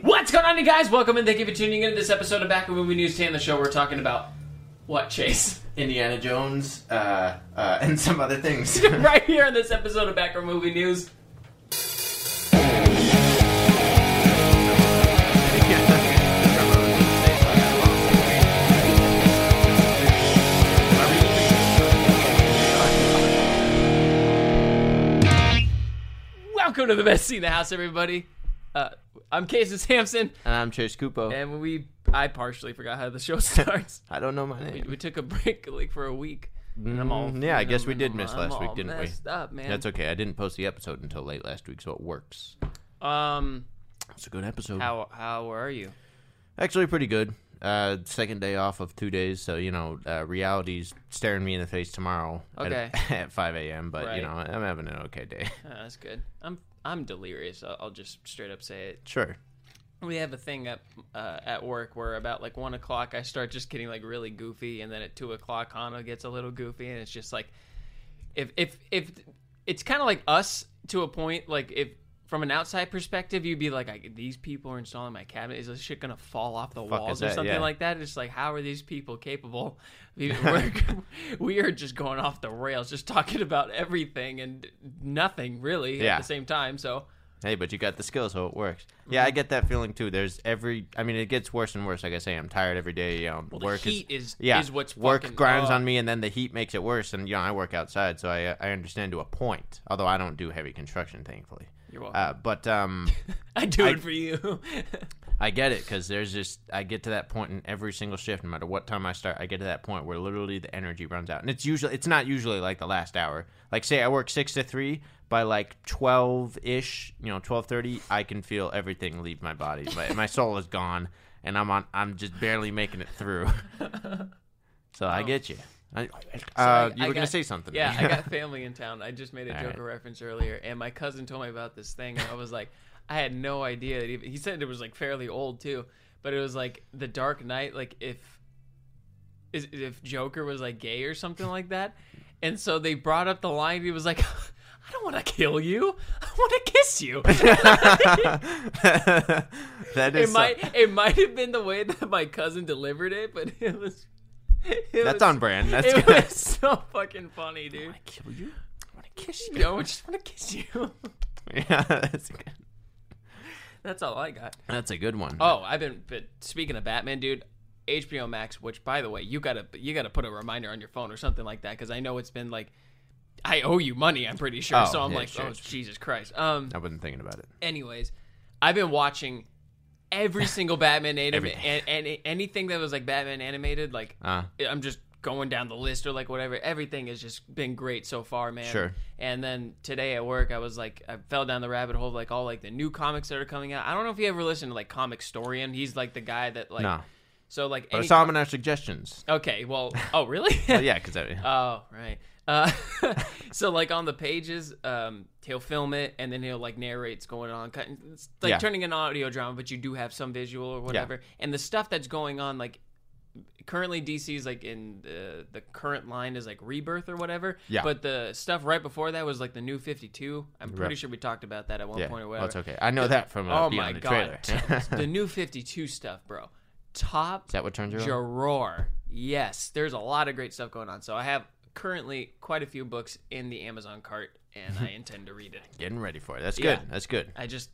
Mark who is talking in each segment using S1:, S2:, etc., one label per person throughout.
S1: What's going on, you guys? Welcome and thank you for tuning in to this episode of Back of Movie News 10, the show we're talking about what, Chase?
S2: Indiana Jones uh, uh, and some other things.
S1: right here in this episode of Back of Movie News. Welcome to the best scene in the house, everybody. Uh, I'm Casey Sampson,
S2: And I'm Chase Cupo.
S1: and we I partially forgot how the show starts.
S2: I don't know my
S1: We,
S2: name.
S1: we took a break like for a week. And I'm all-
S2: Mm, yeah, I guess we
S1: I'm
S2: did miss
S1: all-
S2: last
S1: I'm
S2: week,
S1: all
S2: didn't we?
S1: messed Up, man.
S2: That's okay. I didn't post the episode until late last week, so it works.
S1: um,
S2: It's a good episode.
S1: how how are you?
S2: Actually, pretty good. Uh, second day off of two days, so you know, uh, reality's staring me in the face tomorrow. at-
S1: Okay.
S2: At, 5 a.m. But you
S1: Right.
S2: know, I'm having an okay day.
S1: Uh, that's good. I'm I'm delirious. I'll, I'll just straight up say it.
S2: Sure.
S1: We have a thing up uh, at work where about like one o'clock I start just getting like really goofy, and then at two o'clock Hana gets a little goofy, and it's just like if if if it's kind of like us to a point. Like if from an outside perspective, you'd be like, I, these people are installing my cabinet. Is this shit gonna fall off the
S2: fuck
S1: walls
S2: is
S1: or
S2: that?
S1: something
S2: Yeah.
S1: like that? It's like how are these people capable of even work? we are just going off the rails, just talking about everything and nothing really
S2: Yeah.
S1: at the same time. So
S2: Hey, but you got the skill, so it works. Yeah, I
S1: Mm-hmm.
S2: get that feeling too. There's every. I mean, it gets worse and worse. Like I say, I'm tired every day. You know,
S1: well,
S2: work
S1: the heat
S2: is.
S1: is is,
S2: Yeah,
S1: what's
S2: work
S1: fucking,
S2: grinds
S1: oh.
S2: on me, and then the heat makes it worse. And you know, I work outside, so I I understand to a point. Although I don't do heavy construction, thankfully.
S1: You're welcome.
S2: Uh, but um,
S1: I do
S2: I-
S1: it for you.
S2: I get it because there's just I get to that point in every single shift, no matter what time I start. I get to that point where literally the energy runs out, and it's usually it's not usually like the last hour. Like say I work six to three, by like twelve ish, you know, twelve thirty, I can feel everything leave my body. My my soul is gone, and I'm on. I'm just barely making it through. so I get you. I, uh,
S1: Oh.
S2: you
S1: I- I
S2: were gonna
S1: got-
S2: say something.
S1: yeah, I got family in town. I just made a
S2: All
S1: joke
S2: right.
S1: or reference earlier, and my cousin told me about this thing, and I was like, I had no idea that even. He said it was like fairly old too, but it was like The Dark Knight. Like if is, if Joker was like gay or something like that, and so they brought up the line. and He was like. I don't want to kill you. I want to kiss you.
S2: that
S1: it
S2: is. so-
S1: might it might have been the way that my cousin delivered it, but it was. It
S2: that's
S1: was-
S2: on brand. That's
S1: it
S2: good.
S1: was so fucking funny, dude.
S2: kill you. I want to kiss
S1: No, I just want to kiss you.
S2: Yeah, that's a good,
S1: That's all I got.
S2: that's a good one.
S1: Oh, I've been. But speaking of Batman, dude, HBO Max. Which, by the way, you gotta you gotta put a reminder on your phone or something like that because I know it's been like. I owe you money. I'm pretty sure.
S2: Oh,
S1: so I'm
S2: yeah,
S1: like,
S2: sure.
S1: oh Jesus Christ. Um.
S2: I wasn't thinking about it.
S1: Anyways, I've been watching every single Batman anime
S2: Everything.
S1: and, and anything that was like Batman animated. Like,
S2: Uh,
S1: I'm just going down the list or like whatever. Everything has just been great so far, man.
S2: Sure.
S1: And then today at work, I was like, I fell down the rabbit hole of like all like the new comics that are coming out. I don't know if you ever listened to like Comic Storian. He's like the guy that like.
S2: no,
S1: So like.
S2: but I
S1: Any
S2: saw them in our suggestions.
S1: okay. Well. Oh really?
S2: Well, yeah, because I,
S1: Oh right. Uh, so like on the pages, um, he'll film it and then he'll like narrate's going on, cutting, it's like
S2: Yeah.
S1: turning an audio drama, but you do have some visual or whatever. And the stuff that's going on, like currently DC's like in the the current line is like Rebirth or whatever.
S2: Yeah.
S1: But the stuff right before that was like the New Fifty Two. I'm pretty
S2: Right.
S1: sure we talked about that at one
S2: yeah,
S1: point or
S2: well,
S1: whatever.
S2: it's okay. I know that from uh,
S1: Oh
S2: being
S1: my
S2: on the
S1: god,
S2: trailer. Is
S1: the New Fifty Two stuff, bro. Top
S2: that what turns you on?
S1: Jaror. Yes, there's a lot of great stuff going on. So I have currently quite a few books in the Amazon cart, and I intend to read it.
S2: Getting ready for it. That's
S1: Yeah.
S2: good. That's good.
S1: I just,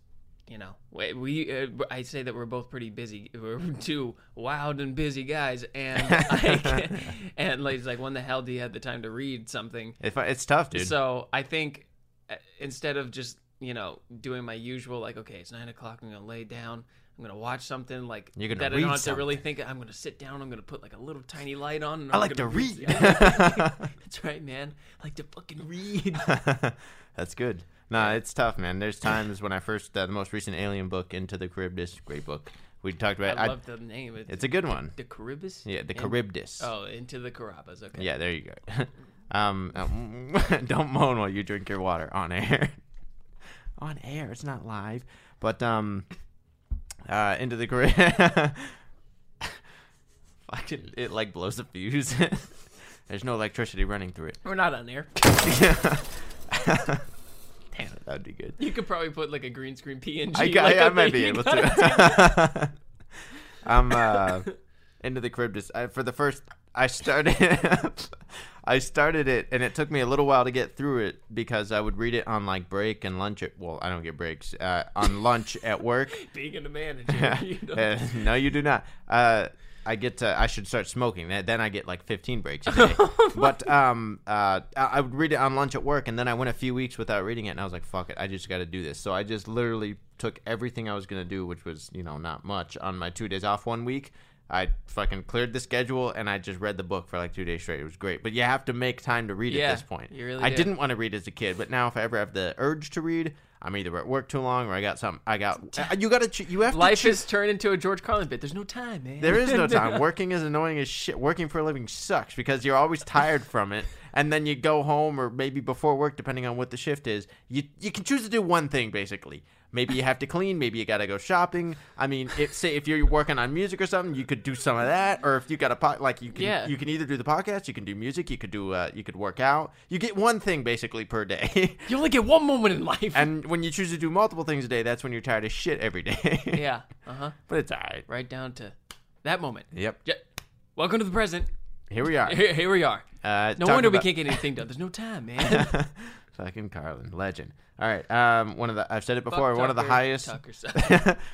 S1: you know, we, we uh, I say that we're both pretty busy. We're two wild and busy guys, and I can, and like, it's like, when the hell do you have the time to read something?
S2: If I, it's tough, dude.
S1: So I think uh, instead of just you know doing my usual like okay it's nine o'clock I'm gonna lay down I'm gonna watch something like
S2: You're gonna
S1: that I
S2: read
S1: don't have to really think I'm gonna sit down I'm gonna put like a little tiny light on. And
S2: I
S1: I'm
S2: like to
S1: gonna
S2: read.
S1: That's right, man. I like to fucking read.
S2: That's That's good. Nah, it's tough, man. There's times when I first uh, the most recent Alien book, Into the Charybdis, great book. We talked about.
S1: I
S2: I
S1: love the name. It's,
S2: it's a good one.
S1: the Caribus.
S2: Yeah, the
S1: In-
S2: Charybdis.
S1: Oh, into the Carabas. Okay.
S2: Yeah, there you go. um, um, don't moan while you drink your water on air. on air, it's not live. But um, uh, into the career. Fucking, it like blows a fuse. There's no electricity running through it.
S1: We're not on there.
S2: Damn, that would be good.
S1: You could probably put like a green screen PNG.
S2: I, got,
S1: like,
S2: I
S1: up
S2: might
S1: there.
S2: be
S1: You
S2: able
S1: gotta
S2: to. I'm uh, into the crib. Just I, for the first, I started. I started it, and it took me a little while to get through it because I would read it on like break and lunch. At, well, I don't get breaks uh, on lunch at work.
S1: Being a manager, you know.
S2: Uh, no, you do not. Uh, I get to. I should start smoking. Th- Then I get like 15 breaks a day. but um, uh, I I would read it on lunch at work, and then I went a few weeks without reading it, and I was like, "Fuck it, I just got to do this." So I just literally took everything I was gonna do, which was you know not much, on my two days off one week. I fucking cleared the schedule and I just read the book for like two days straight. It was great, but you have to make time to read
S1: Yeah,
S2: at this point.
S1: you really
S2: I
S1: do.
S2: didn't want to read as a kid, but now if I ever have the urge to read, I'm either at work too long or I got something. I got uh, you got to you have to
S1: Life is turned into a George Carlin bit. There's no time, man.
S2: there is no time. Working is annoying as shit. Working for a living sucks because you're always tired from it, and then you go home or maybe before work, depending on what the shift is. You you can choose to do one thing basically. Maybe you have to clean. Maybe you gotta go shopping. I mean, if say if you're working on music or something, you could do some of that. Or if you got a pot, like you can
S1: Yeah.
S2: you can either do the podcast, you can do music, you could do uh, you could work out. You get one thing basically per day.
S1: You only get one moment in life.
S2: and when you choose to do multiple things a day, that's when you're tired as shit every day.
S1: yeah. Uh huh.
S2: but it's alright.
S1: Right down to that moment.
S2: Yep.
S1: Yeah. Welcome to the present.
S2: Here we are.
S1: Here, here we are.
S2: Uh,
S1: No
S2: talking
S1: wonder we
S2: about-
S1: can't get anything done. There's no time, man.
S2: Fucking Carlin, legend. All right, um, one of the I've said it before.
S1: Fuck
S2: one of the
S1: Tucker,
S2: highest,
S1: Tucker sucks.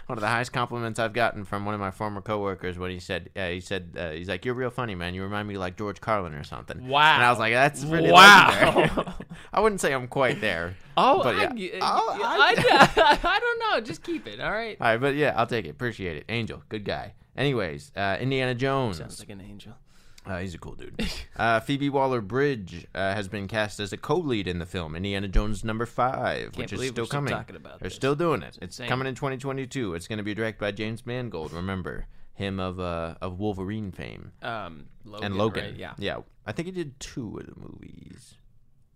S2: one of the highest compliments I've gotten from one of my former coworkers when he said uh, he said uh, he's like you're real funny man. You remind me like George Carlin or something.
S1: Wow.
S2: And I was like that's really
S1: Wow.
S2: wow. I wouldn't say I'm quite there.
S1: Oh,
S2: but yeah.
S1: I, g-
S2: Oh,
S1: I,
S2: I-
S1: I, I don't know. Just keep it. All right.
S2: All right, but yeah, I'll take it. Appreciate it. Angel, good guy. Anyways, uh, Indiana Jones.
S1: Sounds like an angel.
S2: Uh, he's a cool dude. Uh, Phoebe Waller Bridge uh, has been cast as a co lead in the film Indiana Jones number 5 which is
S1: believe
S2: still
S1: we're still
S2: coming.
S1: talking about
S2: They're
S1: this.
S2: still doing it. It's
S1: insane.
S2: coming in 2022. It's going to be directed by James Mangold. Remember him of uh, of Wolverine fame
S1: Um, Logan,
S2: and Logan.
S1: right? Yeah.
S2: yeah. I think he did two of the movies.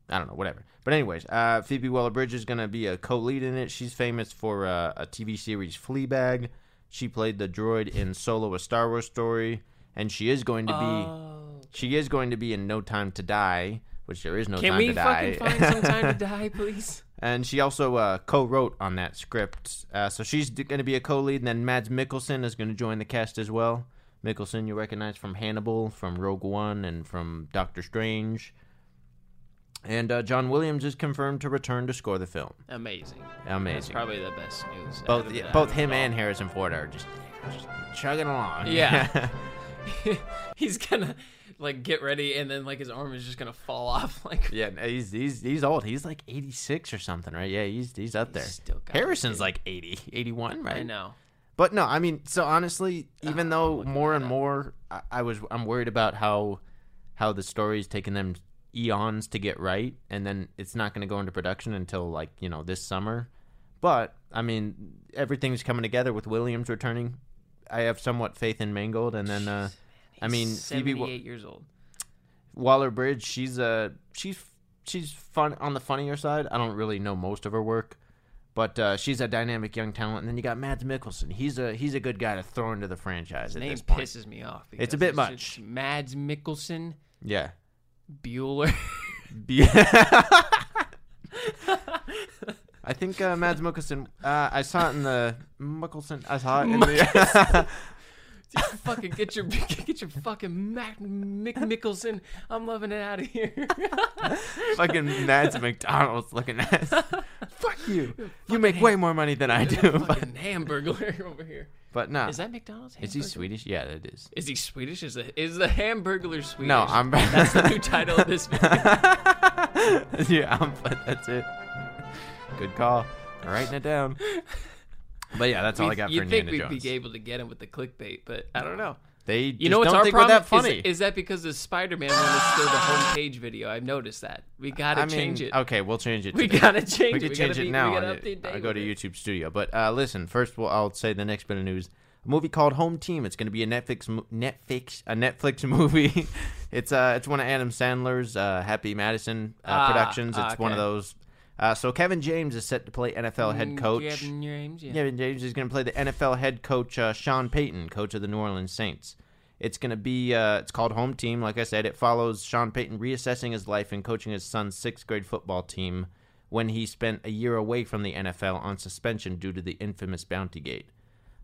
S2: I don't know, whatever. But anyways, uh, Phoebe Waller-Bridge is gonna be a co-lead in it. She's famous for uh, a TV series Fleabag. She played the droid in Solo: A Star Wars Story, and she is going to be
S1: Oh.
S2: she is going to be in No Time to Die, which there is no
S1: Can
S2: time
S1: we
S2: to die.
S1: fucking find some time to die, please?
S2: and she also uh, co-wrote on that script, uh, so she's going to be a co-lead. And then Mads Mikkelsen is going to join the cast as well. Mikkelsen you recognize from Hannibal, from Rogue One, and from Doctor Strange. And uh, John Williams is confirmed to return to score the film.
S1: Amazing. That's
S2: Amazing.
S1: probably the best news. out
S2: Both
S1: of it.
S2: both him and Harrison Ford are just, just chugging along.
S1: Yeah. he's gonna like get ready, and then like his arm is just gonna fall off. Like
S2: Yeah, no, he's he's he's old. He's like 86 or something, right? Yeah, he's he's up there.
S1: still got it,
S2: Harrison's like 80, 81, right?
S1: I know.
S2: But no, I mean, so honestly, even though more and more I, I was I'm worried about how how the story's taken them eons to get right and then it's not going to go into production until like, you know, this summer. But I mean, everything's coming together with Williams returning. I have somewhat faith in Mangold and then uh I
S1: He's
S2: mean, Phoebe
S1: seventy-eight
S2: Wa-
S1: years old.
S2: Waller Bridge, she's uh she's she's fun on the funnier side. I don't really know most of her work, but uh, she's a dynamic young talent. And then you got Mads Mikkelsen. He's a he's a good guy to throw into the franchise at
S1: Name
S2: this point.
S1: pisses me off.
S2: It's a
S1: because
S2: bit
S1: just
S2: much.
S1: Mads Mikkelsen,
S2: Yeah.
S1: Bueller.
S2: Be- I think uh, Mads Mikkelsen. Uh, I saw it in the Mikkelsen. I saw it in the.
S1: Dude, fucking get your get your fucking Mac Mick Mickelson. I'm loving it out of here.
S2: fucking Mads McDonald's looking at. us. Fuck you. You make way more money than I do. But,
S1: fucking Hamburglar over here.
S2: but no.
S1: Is that McDonald's?
S2: Is he
S1: Hamburglar?
S2: Swedish? Yeah, it is.
S1: Is he Swedish? Is the is the Hamburglar Swedish?
S2: No, I'm.
S1: That's the new title of this video.
S2: yeah, I'm, but that's it. Good call. I'm writing it down. But yeah, that's all I got
S1: you
S2: for
S1: think
S2: Indiana
S1: we'd
S2: Jones.
S1: be able to get him with the clickbait, but I don't know.
S2: They
S1: You know what's
S2: don't
S1: our
S2: think
S1: problem?
S2: we're that
S1: Is-
S2: funny.
S1: Is, that because the Spider-Man one is still the homepage video? I've noticed that. We gotta
S2: I mean,
S1: change it.
S2: Okay, we'll change it.
S1: we
S2: today.
S1: gotta change
S2: we
S1: it.
S2: could
S1: we
S2: change
S1: gotta
S2: it
S1: be,
S2: now.
S1: We gotta
S2: and
S1: update
S2: it- I
S1: Dave
S2: go
S1: with
S2: to
S1: it.
S2: YouTube Studio. But uh, listen, first of all, I'll say the next bit of news: a movie called Home Team. It's going to be a Netflix mo- Netflix a Netflix movie. it's uh, it's one of Adam Sandler's uh, Happy Madison uh,
S1: Ah,
S2: productions. It's
S1: ah,
S2: one of
S1: okay.
S2: those. Uh, so Kevin James is set to play NFL head
S1: Mm,
S2: coach.
S1: Gavin James, yeah.
S2: Kevin James is going to play the NFL head coach uh, Sean Payton, coach of the New Orleans Saints. It's going to be uh, it's called Home Team. Like I said, it follows Sean Payton reassessing his life and coaching his son's sixth grade football team when he spent a year away from the NFL on suspension due to the infamous Bounty Gate.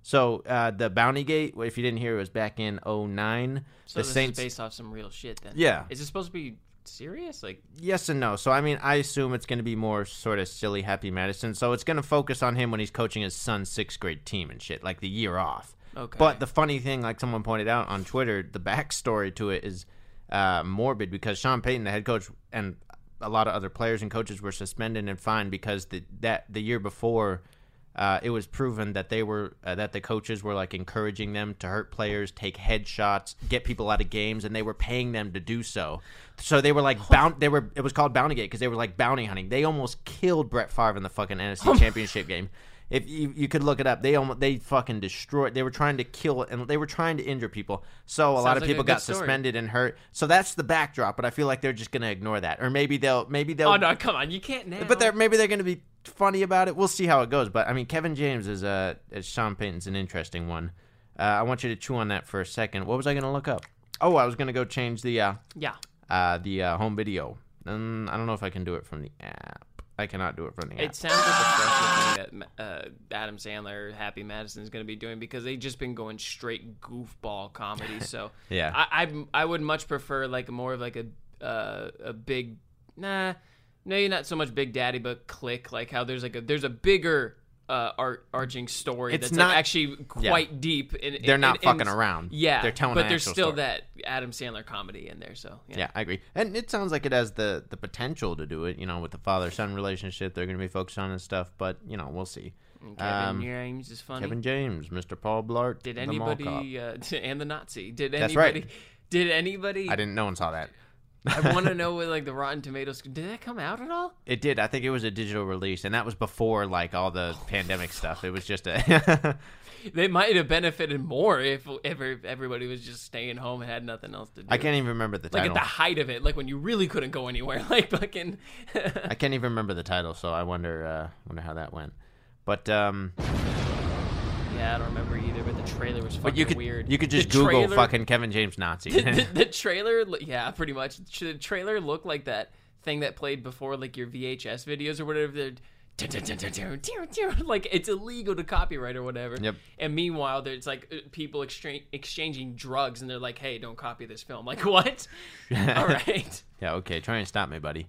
S2: So uh, the Bounty Gate, if you didn't hear, it was back in 09.
S1: So
S2: the
S1: this
S2: Saints,
S1: is based off some real shit then.
S2: yeah,
S1: Is it supposed to be serious? Like
S2: yes and no. So I mean, I assume it's going to be more sort of silly Happy Madison. So it's going to focus on him when he's coaching his son's sixth grade team and shit, like the year off.
S1: okay.
S2: But the funny thing, like someone pointed out on Twitter, the backstory to it is uh, morbid because Sean Payton, the head coach, and a lot of other players and coaches were suspended and fined because the, that the year before. Uh, it was proven that they were uh, that the coaches were like encouraging them to hurt players, take headshots, get people out of games, and they were paying them to do so. So they were like bound. They were it was called bounty gate because they were like bounty hunting. They almost killed Brett Favre in the fucking NFC Championship game. If you, you could look it up, they almost they fucking destroyed. They were trying to kill and they were trying to injure people. So a lot
S1: Sounds
S2: of
S1: like a
S2: people
S1: good
S2: got
S1: story.
S2: suspended and hurt. So that's the backdrop. But I feel like they're just gonna ignore that, or maybe they'll maybe they'll
S1: oh no, come on, you can't now.
S2: but they're maybe they're going to be funny about it. We'll see how it goes. But I mean, Kevin James is uh, is Sean Payton's an interesting one. Uh, I want you to chew on that for a second. What was I going to look up? Oh, I was going to go change the uh,
S1: yeah.
S2: uh, the uh, home video. Um, I don't know if I can do it from the app. I cannot do it from the app.
S1: It sounds like a fresher thing that uh, Adam Sandler, Happy Madison is going to be doing because they've just been going straight goofball comedy. So
S2: Yeah.
S1: I, I I would much prefer like more of like a uh, a big nah, maybe not so much Big Daddy, but Click. Like how there's like a there's a bigger uh, art arching story
S2: It's
S1: that's like,
S2: not-
S1: actually
S2: yeah.
S1: quite deep. And
S2: They're not
S1: and- and-
S2: fucking around.
S1: Yeah,
S2: They're telling
S1: but
S2: an
S1: there's
S2: actual
S1: still
S2: story.
S1: that Adam Sandler comedy in there. So yeah.
S2: Yeah, I agree. And it sounds like it has the the potential to do it. You know, with the father son relationship, they're going to be focused on and stuff. But you know, we'll see.
S1: And Kevin
S2: Um,
S1: James is funny.
S2: Kevin James, Mr. Paul Blart,
S1: Did
S2: the mall cop.
S1: anybody uh, and the Nazi? Did
S2: That's
S1: anybody?
S2: right.
S1: Did anybody?
S2: I didn't. No one saw that.
S1: I want to know what like the Rotten Tomatoes. Did that come out at all?
S2: It did. I think it was a digital release, and that was before like all the
S1: Oh,
S2: pandemic stuff. It was just a.
S1: They might have benefited more if ever everybody was just staying home and had nothing else to do.
S2: I can't even remember the
S1: like at
S2: title.
S1: the height of it, like when you really couldn't go anywhere, like fucking.
S2: I can't even remember the title, so I wonder uh, wonder how that went. But um,
S1: yeah, I don't remember either. But the trailer was fucking
S2: but you could
S1: weird.
S2: you could
S1: The
S2: just Google
S1: trailer-
S2: fucking Kevin James Nazi.
S1: the, the, the trailer, lo- yeah, pretty much. The trailer looked like that thing that played before, like your VHS videos or whatever. They're dun, dun, dun, dun, dun, dun, dun, like it's illegal to copyright or whatever.
S2: Yep.
S1: And meanwhile, there's like uh, people exchange, exchanging drugs, and they're like, "Hey, don't copy this film." Like what? All right.
S2: yeah, okay, try and stop me, buddy.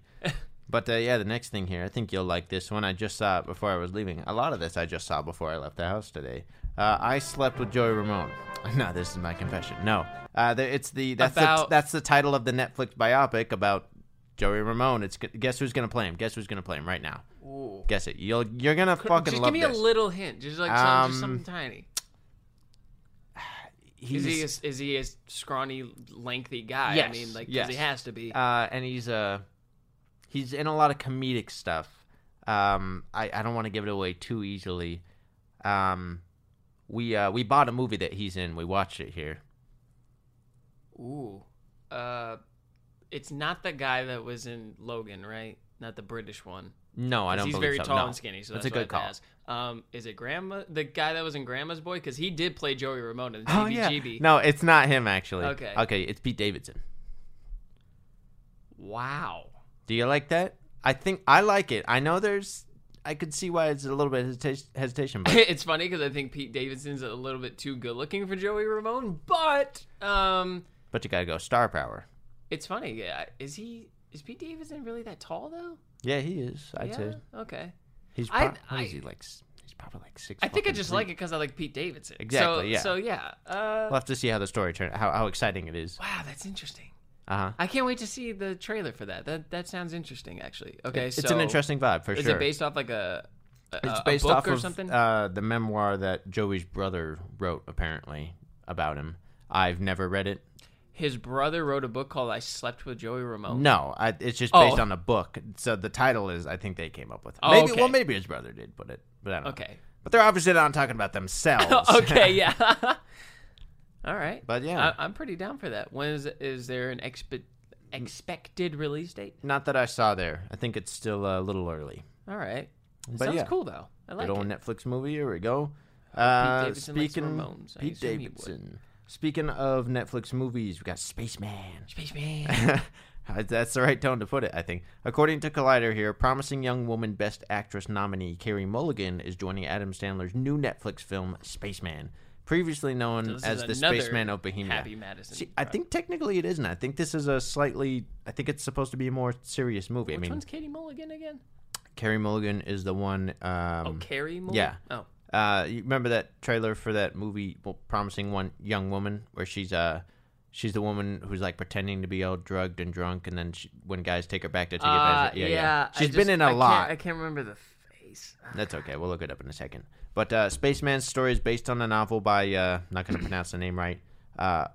S2: But uh, yeah, the next thing here, I think you'll like this one. I just saw it before I was leaving. A lot of this I just saw before I left the house today. Uh, I slept with Joey Ramone. No, this is my confession. No, uh, the, it's the that's the,
S1: About-
S2: that's the title of the Netflix biopic about Joey Ramone. It's guess who's gonna play him? Guess who's gonna play him right now?
S1: Ooh.
S2: Guess it. You'll you're gonna fucking
S1: just
S2: love
S1: give me
S2: this.
S1: a little hint, just like some- just
S2: Um,
S1: something tiny.
S2: He's-
S1: is he a, is he a scrawny, lengthy guy?
S2: Yes,
S1: I mean, like 'cause
S2: yes.
S1: he has to be.
S2: uh, and he's uh he's in a lot of comedic stuff. Um, I, I don't want to give it away too easily. Um, we uh, we bought a movie that he's in. We watched it here.
S1: Ooh. Uh, it's not the guy that was in Logan, right? Not the British one.
S2: No, I
S1: 'Cause
S2: don't.
S1: He's
S2: believe
S1: very
S2: so.
S1: tall
S2: No.
S1: and skinny, so
S2: That's
S1: that's,
S2: a
S1: what I
S2: good call.
S1: had to ask. Um, is it Grandma? The guy that was in Grandma's Boy? Because he did play Joey Ramone in
S2: Oh yeah.
S1: CBGB.
S2: No, it's not him actually.
S1: Okay.
S2: Okay, it's Pete Davidson.
S1: Wow.
S2: Do you like that? I think I like it. I know there's. I could see why it's a little bit hesita- hesitation, but
S1: it's funny because I think Pete Davidson's a little bit too good looking for Joey Ramone, but um,
S2: but you gotta go star power.
S1: it's funny. Yeah, is he? Is Pete Davidson really that tall though?
S2: Yeah, he is. I'd
S1: yeah.
S2: say
S1: Okay.
S2: he's. Pro-
S1: I-
S2: what is
S1: I-
S2: he like? s- He's probably like six.
S1: I think I
S2: fucking
S1: just
S2: three.
S1: like it because I like Pete Davidson.
S2: Exactly,
S1: So,
S2: yeah.
S1: So yeah. Uh,
S2: We'll have to see how the story turns. How how exciting it is.
S1: wow, that's interesting.
S2: Uh huh.
S1: I can't wait to see the trailer for that. That that sounds interesting, actually. Okay,
S2: It's
S1: so
S2: an interesting vibe for
S1: Is
S2: sure.
S1: it based off like a? a
S2: it's
S1: a
S2: based
S1: book
S2: off
S1: or
S2: of
S1: something.
S2: Uh, the memoir that Joey's brother wrote, apparently about him. I've never read it.
S1: His brother wrote a book called "I Slept with Joey Ramone."
S2: No, I, it's just
S1: Oh.
S2: based on a book. So the title is I think they came up with. It.
S1: Oh,
S2: maybe
S1: okay.
S2: well maybe his brother did put it, but I don't know.
S1: Okay.
S2: But they're obviously not talking about themselves.
S1: okay. Yeah. All right.
S2: But yeah.
S1: I, I'm pretty down for that. When is is there an expe- expected release date?
S2: not that I saw there. I think it's still uh, a little early.
S1: All right. It
S2: But
S1: sounds
S2: yeah.
S1: cool though. I like
S2: Good old
S1: it.
S2: Netflix movie. Here we go. Uh,
S1: Davidson likes
S2: speaking
S1: Ramones. I
S2: Pete
S1: assume he would.
S2: Davidson. Speaking of Netflix movies, we got Spaceman. Uh,
S1: Spaceman.
S2: That's the right tone to put it, I think. According to Collider here, promising young woman Best Actress nominee Carrie Mulligan is joining Adam Sandler's new Netflix film Spaceman, previously known
S1: This is
S2: as the
S1: another
S2: Spaceman of Bohemia.
S1: Happy Madison.
S2: See, I
S1: product.
S2: think technically it isn't. I think this is a slightly. I think it's supposed to be a more serious movie.
S1: Which
S2: I mean,
S1: one's Katie Mulligan again?
S2: Carrie Mulligan is the one. Um,
S1: Oh, Carrie Mulligan.
S2: yeah.
S1: Oh,
S2: Uh, you remember that trailer for that movie, well, promising one young woman, where she's uh, she's the woman who's like pretending to be all drugged and drunk, and then she, when guys take her back to take
S1: Uh,
S2: advantage, yeah,
S1: yeah, I
S2: She's
S1: just-
S2: been in
S1: I
S2: a
S1: can't-
S2: lot.
S1: I can't remember the face.
S2: That's okay. We'll look it up in a second. But uh, Spaceman's story is based on a novel by uh, not going to pronounce the name right, uh,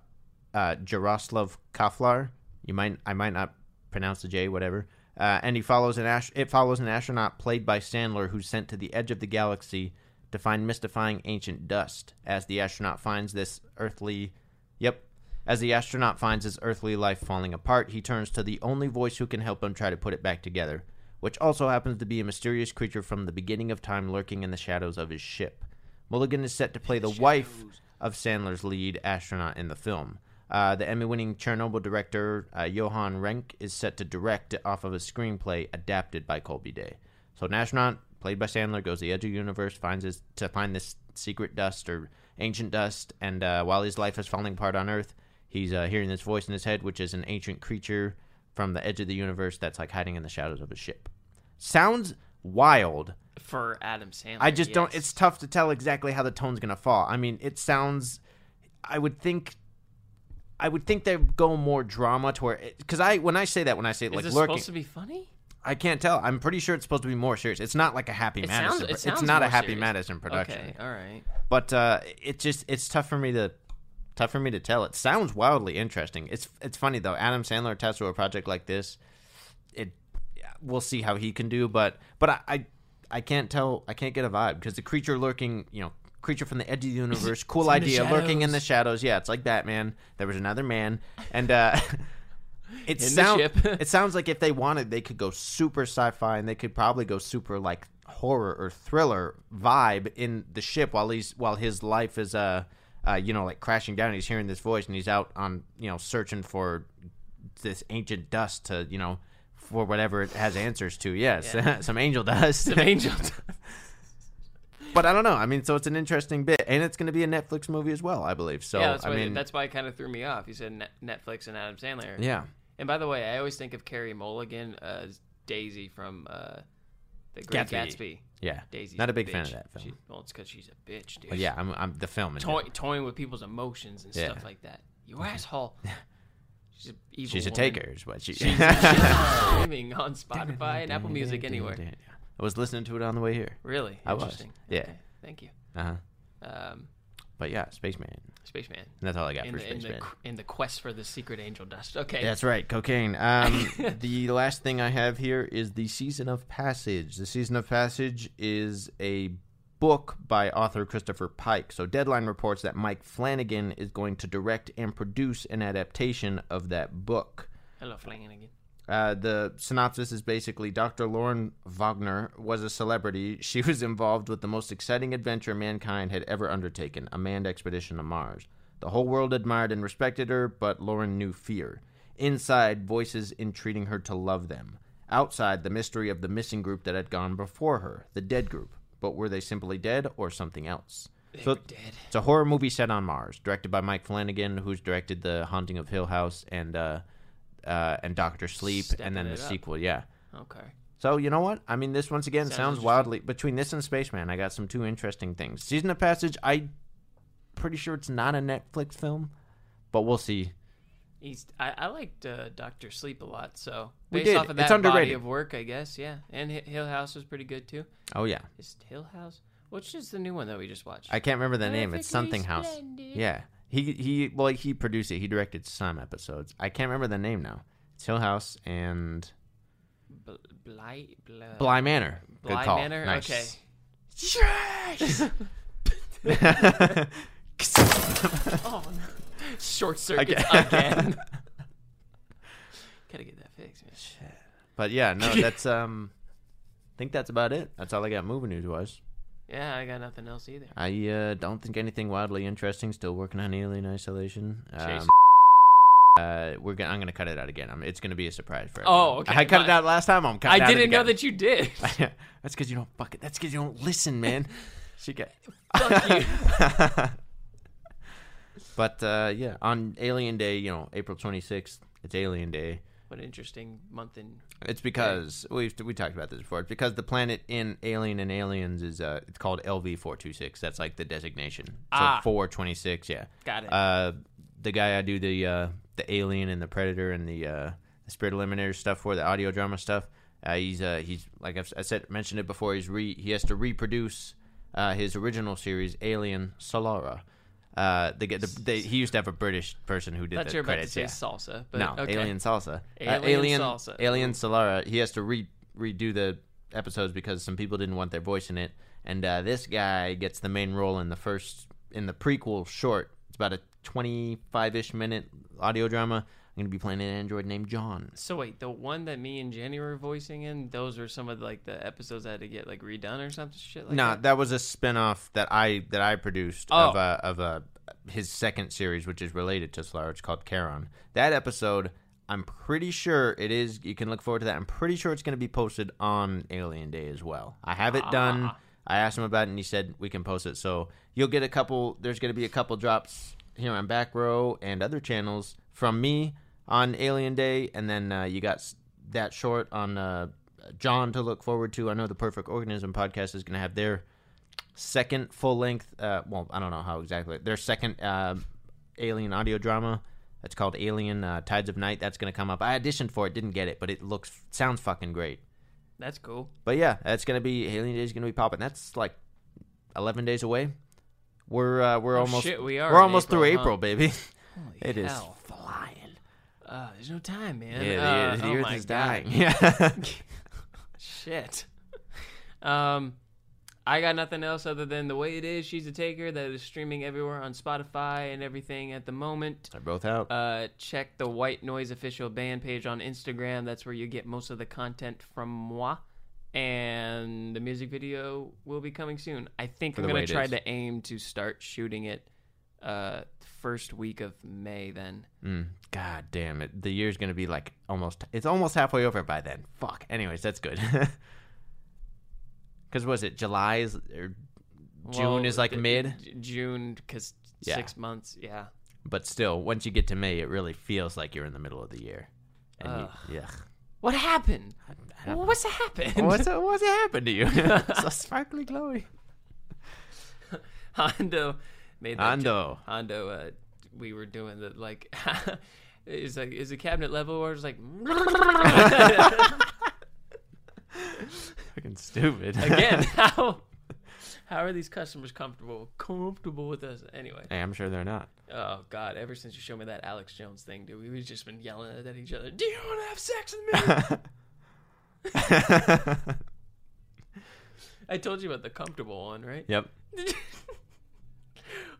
S2: uh, Jaroslav Kaflar. You might I might not pronounce the J, whatever. Uh, and he follows an ast- it follows an astronaut played by Sandler who's sent to the edge of the galaxy to find mystifying ancient dust. As the astronaut finds this earthly, yep. As the astronaut finds his earthly life falling apart, he turns to the only voice who can help him try to put it back together which also happens to be a mysterious creature from the beginning of time lurking in the shadows of his ship. Mulligan is set to play the wife of Sandler's lead astronaut in the film. Uh, the Emmy winning Chernobyl director uh, Johan Renck is set to direct it off of a screenplay adapted by Colby Day. So, an astronaut played by Sandler goes to the edge of the universe finds his, to find this secret dust or ancient dust, and uh, while his life is falling apart on Earth, he's uh, hearing this voice in his head, which is an ancient creature from the edge of the universe that's like hiding in the shadows of a ship. Sounds wild.
S1: For Adam Sandler.
S2: I just don't.
S1: yes.
S2: It's tough to tell exactly how the tone's gonna fall. I mean, it sounds. I would think. I would think they go more drama to where, because I when I say that when I say
S1: Is
S2: like
S1: this
S2: lurking,
S1: supposed to be funny?
S2: I can't tell. I'm pretty sure it's supposed to be more serious. It's not like a Happy
S1: It
S2: Madison.
S1: sounds- it
S2: pro-
S1: sounds
S2: it's not a
S1: more
S2: Happy
S1: serious.
S2: Madison production.
S1: Okay. All right.
S2: But uh, it just it's tough for me to tough for me to tell. It sounds wildly interesting. It's it's funny though. Adam Sandler attached to a project like this, it yeah, we'll see how he can do. But but I I, I can't tell. I can't get a vibe because the creature lurking, you know. Creature from the edge of the universe, cool
S1: in the
S2: idea, lurking in the
S1: shadows.
S2: shadows. Yeah, it's like Batman. There was another man, and uh, it
S1: the
S2: sounds
S1: ship.
S2: it sounds like if they wanted, they could go super sci-fi, and they could probably go super like horror or thriller vibe in the ship while he's while his life is uh, uh you know like crashing down. He's hearing this voice, and he's out on you know searching for this ancient dust to you know for whatever it has answers to. Yes, some angel dust.
S1: Some angel.
S2: but I don't know. I mean, so it's an interesting bit, and it's going to be a Netflix movie as well, I believe. So
S1: yeah, that's
S2: I
S1: why,
S2: mean,
S1: that's why it kind of threw me off. You said Net- Netflix and Adam Sandler.
S2: yeah.
S1: And by the way, I always think of Carrie Mulligan as Daisy from uh, The
S2: Gatsby.
S1: Great Gatsby.
S2: Yeah,
S1: Daisy's
S2: not a big
S1: bitch.
S2: fan of that film.
S1: She, well, it's because she's a bitch, dude.
S2: But yeah, I'm, I'm the film. in
S1: Toy,
S2: general.
S1: toying with people's emotions and
S2: Yeah.
S1: stuff like that. You asshole. She's a evil.
S2: She's a
S1: woman.
S2: taker. Is what she.
S1: She's streaming on Spotify and Apple Music anywhere.
S2: I was listening to it on the way here.
S1: Really?
S2: I was,
S1: Interesting.
S2: yeah.
S1: Okay, Thank you.
S2: Uh huh.
S1: Um,
S2: But yeah, Spaceman.
S1: Spaceman.
S2: And that's all I got
S1: In
S2: for
S1: the, in, the,
S2: Spaceman.
S1: qu- in the quest for the secret angel dust. Okay.
S2: That's right, cocaine. Um, the last thing I have here is the Season of Passage. The Season of Passage is a book by author Christopher Pike. So Deadline reports that Mike Flanagan is going to direct and produce an adaptation of that book.
S1: Hello, Flanagan.
S2: Uh, the synopsis is basically Dr. Lauren Wagner was a celebrity. She was involved with the most exciting adventure mankind had ever undertaken a manned expedition to Mars. The whole world admired and respected her, but Lauren knew fear. Inside, voices entreating her to love them. Outside, the mystery of the missing group that had gone before her, the dead group. But were they simply dead or something else?
S1: They
S2: So-
S1: were dead.
S2: it's a horror movie set on Mars, directed by Mike Flanagan, who's directed The Haunting of Hill House and uh, uh, and Doctor Sleep,
S1: Stepping
S2: and then the
S1: it up.
S2: sequel. Yeah.
S1: Okay.
S2: So you know what? I mean, this once again
S1: Sounds
S2: sounds,
S1: interesting.
S2: wildly between this and Spaceman. I got some two interesting things. Season of Passage. I pretty sure it's not a Netflix film, but we'll see.
S1: He's, I, I liked uh, Doctor Sleep a lot, so
S2: We
S1: based
S2: did.
S1: off of
S2: It's
S1: that body
S2: underrated.
S1: of work, I guess, yeah. And Hi- Hill House was pretty good too.
S2: Oh yeah,
S1: Is it Hill House? Which is the new one that we just watched?
S2: I can't remember the name. It's
S1: Perfectly
S2: something House.
S1: Splendid.
S2: Yeah, He he well like, he produced it. He directed some episodes. I can't remember the name now. It's Hill House and
S1: Bl- Bly, Bly,
S2: Bly Manor. Good
S1: Uh, Bly
S2: call.
S1: Manor?
S2: Nice.
S1: Okay. oh no! Short circuit
S2: Again.
S1: again. Gotta get that fixed, man.
S2: but yeah, no, that's um I think that's about it. That's all I got movie news wise.
S1: Yeah, I got nothing else either.
S2: I uh, don't think anything wildly interesting. Still working on Alien Isolation.
S1: Chase.
S2: Um, uh, we're gonna, I'm gonna cut it out again. i it's gonna be a surprise for.
S1: Oh,
S2: everyone.
S1: okay,
S2: I cut it
S1: fine.
S2: out last time. I'm
S1: I
S2: cutting
S1: didn't know that you did.
S2: that. that's because you don't fuck it. That's because you don't listen, man. she got.
S1: Fuck
S2: but uh, yeah, on Alien Day, you know, April 26th, it's Alien Day.
S1: What an interesting month in.
S2: It's because we've we talked about this before. It's because the planet in Alien and Aliens is uh, it's called LV four two six. That's like the designation. So
S1: Ah.
S2: four twenty six. Yeah.
S1: Got it.
S2: Uh, the guy I do the uh, the Alien and the Predator and the uh, the Spirit Eliminator stuff for the audio drama stuff. Uh, he's uh, he's like I've, I said mentioned it before. He's re he has to reproduce uh, his original series Alien Solara. Uh, they get the, they, he used to have a British person who did
S1: Thought
S2: the
S1: you were about
S2: credits.
S1: to
S2: yeah.
S1: say salsa, but
S2: no,
S1: okay.
S2: Alien Salsa.
S1: Alien
S2: uh, alien
S1: Salsa.
S2: Alien Solara. He has to re- redo the episodes because some people didn't want their voice in it, and uh, this guy gets the main role in the first in the prequel short. It's about a twenty-five-ish minute audio drama. I'm gonna be playing an android named John.
S1: So wait, the one that me and Jenny were voicing in, those were some of like the episodes I had to get like redone or something shit like
S2: no,
S1: that.
S2: that was a spin-off that I that I produced
S1: Oh.
S2: of a, of a his second series, which is related to Solara. It's called Charon. That episode, I'm pretty sure it is. You can look forward to that. I'm pretty sure it's going to be posted on Alien Day as well. I have it done. I asked him about it, and he said we can post it. So you'll get a couple. There's going to be a couple drops here on Back Row and other channels from me on Alien Day, and then uh, you got s- that short on uh, John to look forward to. I know the Perfect Organism podcast is going to have their second full length. Uh, well, I don't know how exactly their second uh, Alien audio drama. That's called Alien uh, Tides of Night. That's going to come up. I auditioned for it, didn't get it, but it looks sounds fucking great.
S1: That's cool.
S2: But yeah, that's gonna be Alien Day is gonna be popping. That's like eleven days away. We're uh, we're
S1: Oh,
S2: almost
S1: shit, we are
S2: are
S1: in
S2: almost
S1: April,
S2: through
S1: huh?
S2: April, baby.
S1: Holy
S2: It is
S1: hell.
S2: flying.
S1: Uh, there's no time, man.
S2: Yeah,
S1: Uh,
S2: the, the
S1: oh
S2: Earth
S1: my
S2: is
S1: God.
S2: dying. Yeah.
S1: Shit. um, I got nothing else other than the way it is. She's a taker that is streaming everywhere on Spotify and everything at the moment.
S2: They're both out.
S1: Uh, check the White Noise official band page on Instagram. That's where you get most of the content from moi. And the music video will be coming soon. I think
S2: For
S1: I'm
S2: the way
S1: gonna
S2: it
S1: try
S2: is.
S1: to aim to start shooting it uh first week of May then.
S2: Mm. God damn it. The year's gonna be like almost. It's almost halfway over by then. Fuck. Anyways, that's good. Because was it July is, or June
S1: Well,
S2: is like
S1: the-
S2: mid,
S1: J- June because
S2: Yeah.
S1: six months, yeah.
S2: but still, once you get to May, it really feels like you're in the middle of the year. And you, ugh.
S1: What happened?
S2: I don't know.
S1: What's happened?
S2: What's what's happened to you? so sparkly, glowy.
S1: Hondo made that jo-
S2: Ando.
S1: Hondo, uh, we were doing the like, is like is the cabinet level or it's like
S2: Fucking stupid.
S1: again? How how are these customers comfortable comfortable with us anyway?
S2: hey, I'm sure they're not.
S1: Oh God! Ever since you showed me that Alex Jones thing, dude, we've just been yelling at each other. Do you want to have sex with me? I told you about the comfortable one, right?
S2: yep.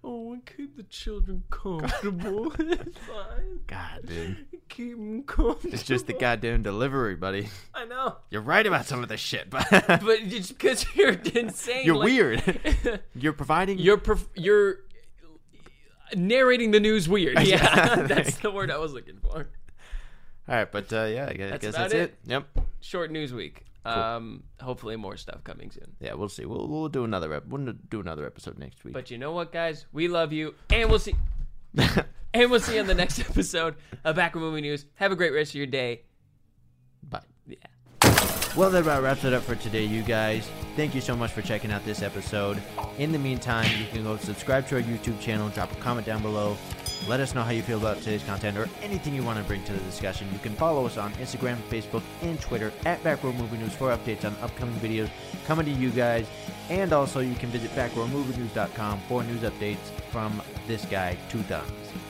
S1: Oh, keep the children comfortable. It's fine.
S2: God, dude.
S1: Keep them comfortable.
S2: It's just the goddamn delivery, buddy.
S1: I know.
S2: You're right about some of the shit, but
S1: But it's because you're insane.
S2: you're
S1: like-
S2: weird. You're providing.
S1: you're perf- you're narrating the news weird. Yeah, that's the word I was looking for.
S2: All right, but uh, yeah, I guess that's, guess
S1: about
S2: that's it. Yep.
S1: Short news week. Um, hopefully more stuff coming soon.
S2: Yeah, we'll see. We'll we'll do another ep- we'll do another episode next week.
S1: But you know what, guys? We love you, and we'll see. And we'll see you on the next episode of Back Room Movie News. Have a great rest of your day.
S2: Bye.
S1: Yeah.
S2: Well, that about wraps it up for today, you guys. Thank you so much for checking out this episode. In the meantime, you can go subscribe to our YouTube channel, drop a comment down below, let us know how you feel about today's content or anything you want to bring to the discussion. You can follow us on Instagram, Facebook, and Twitter at Backroom Movie News for updates on upcoming videos coming to you guys And also, you can visit backrowmovienews.com for news updates from this guy, Two Thumbs.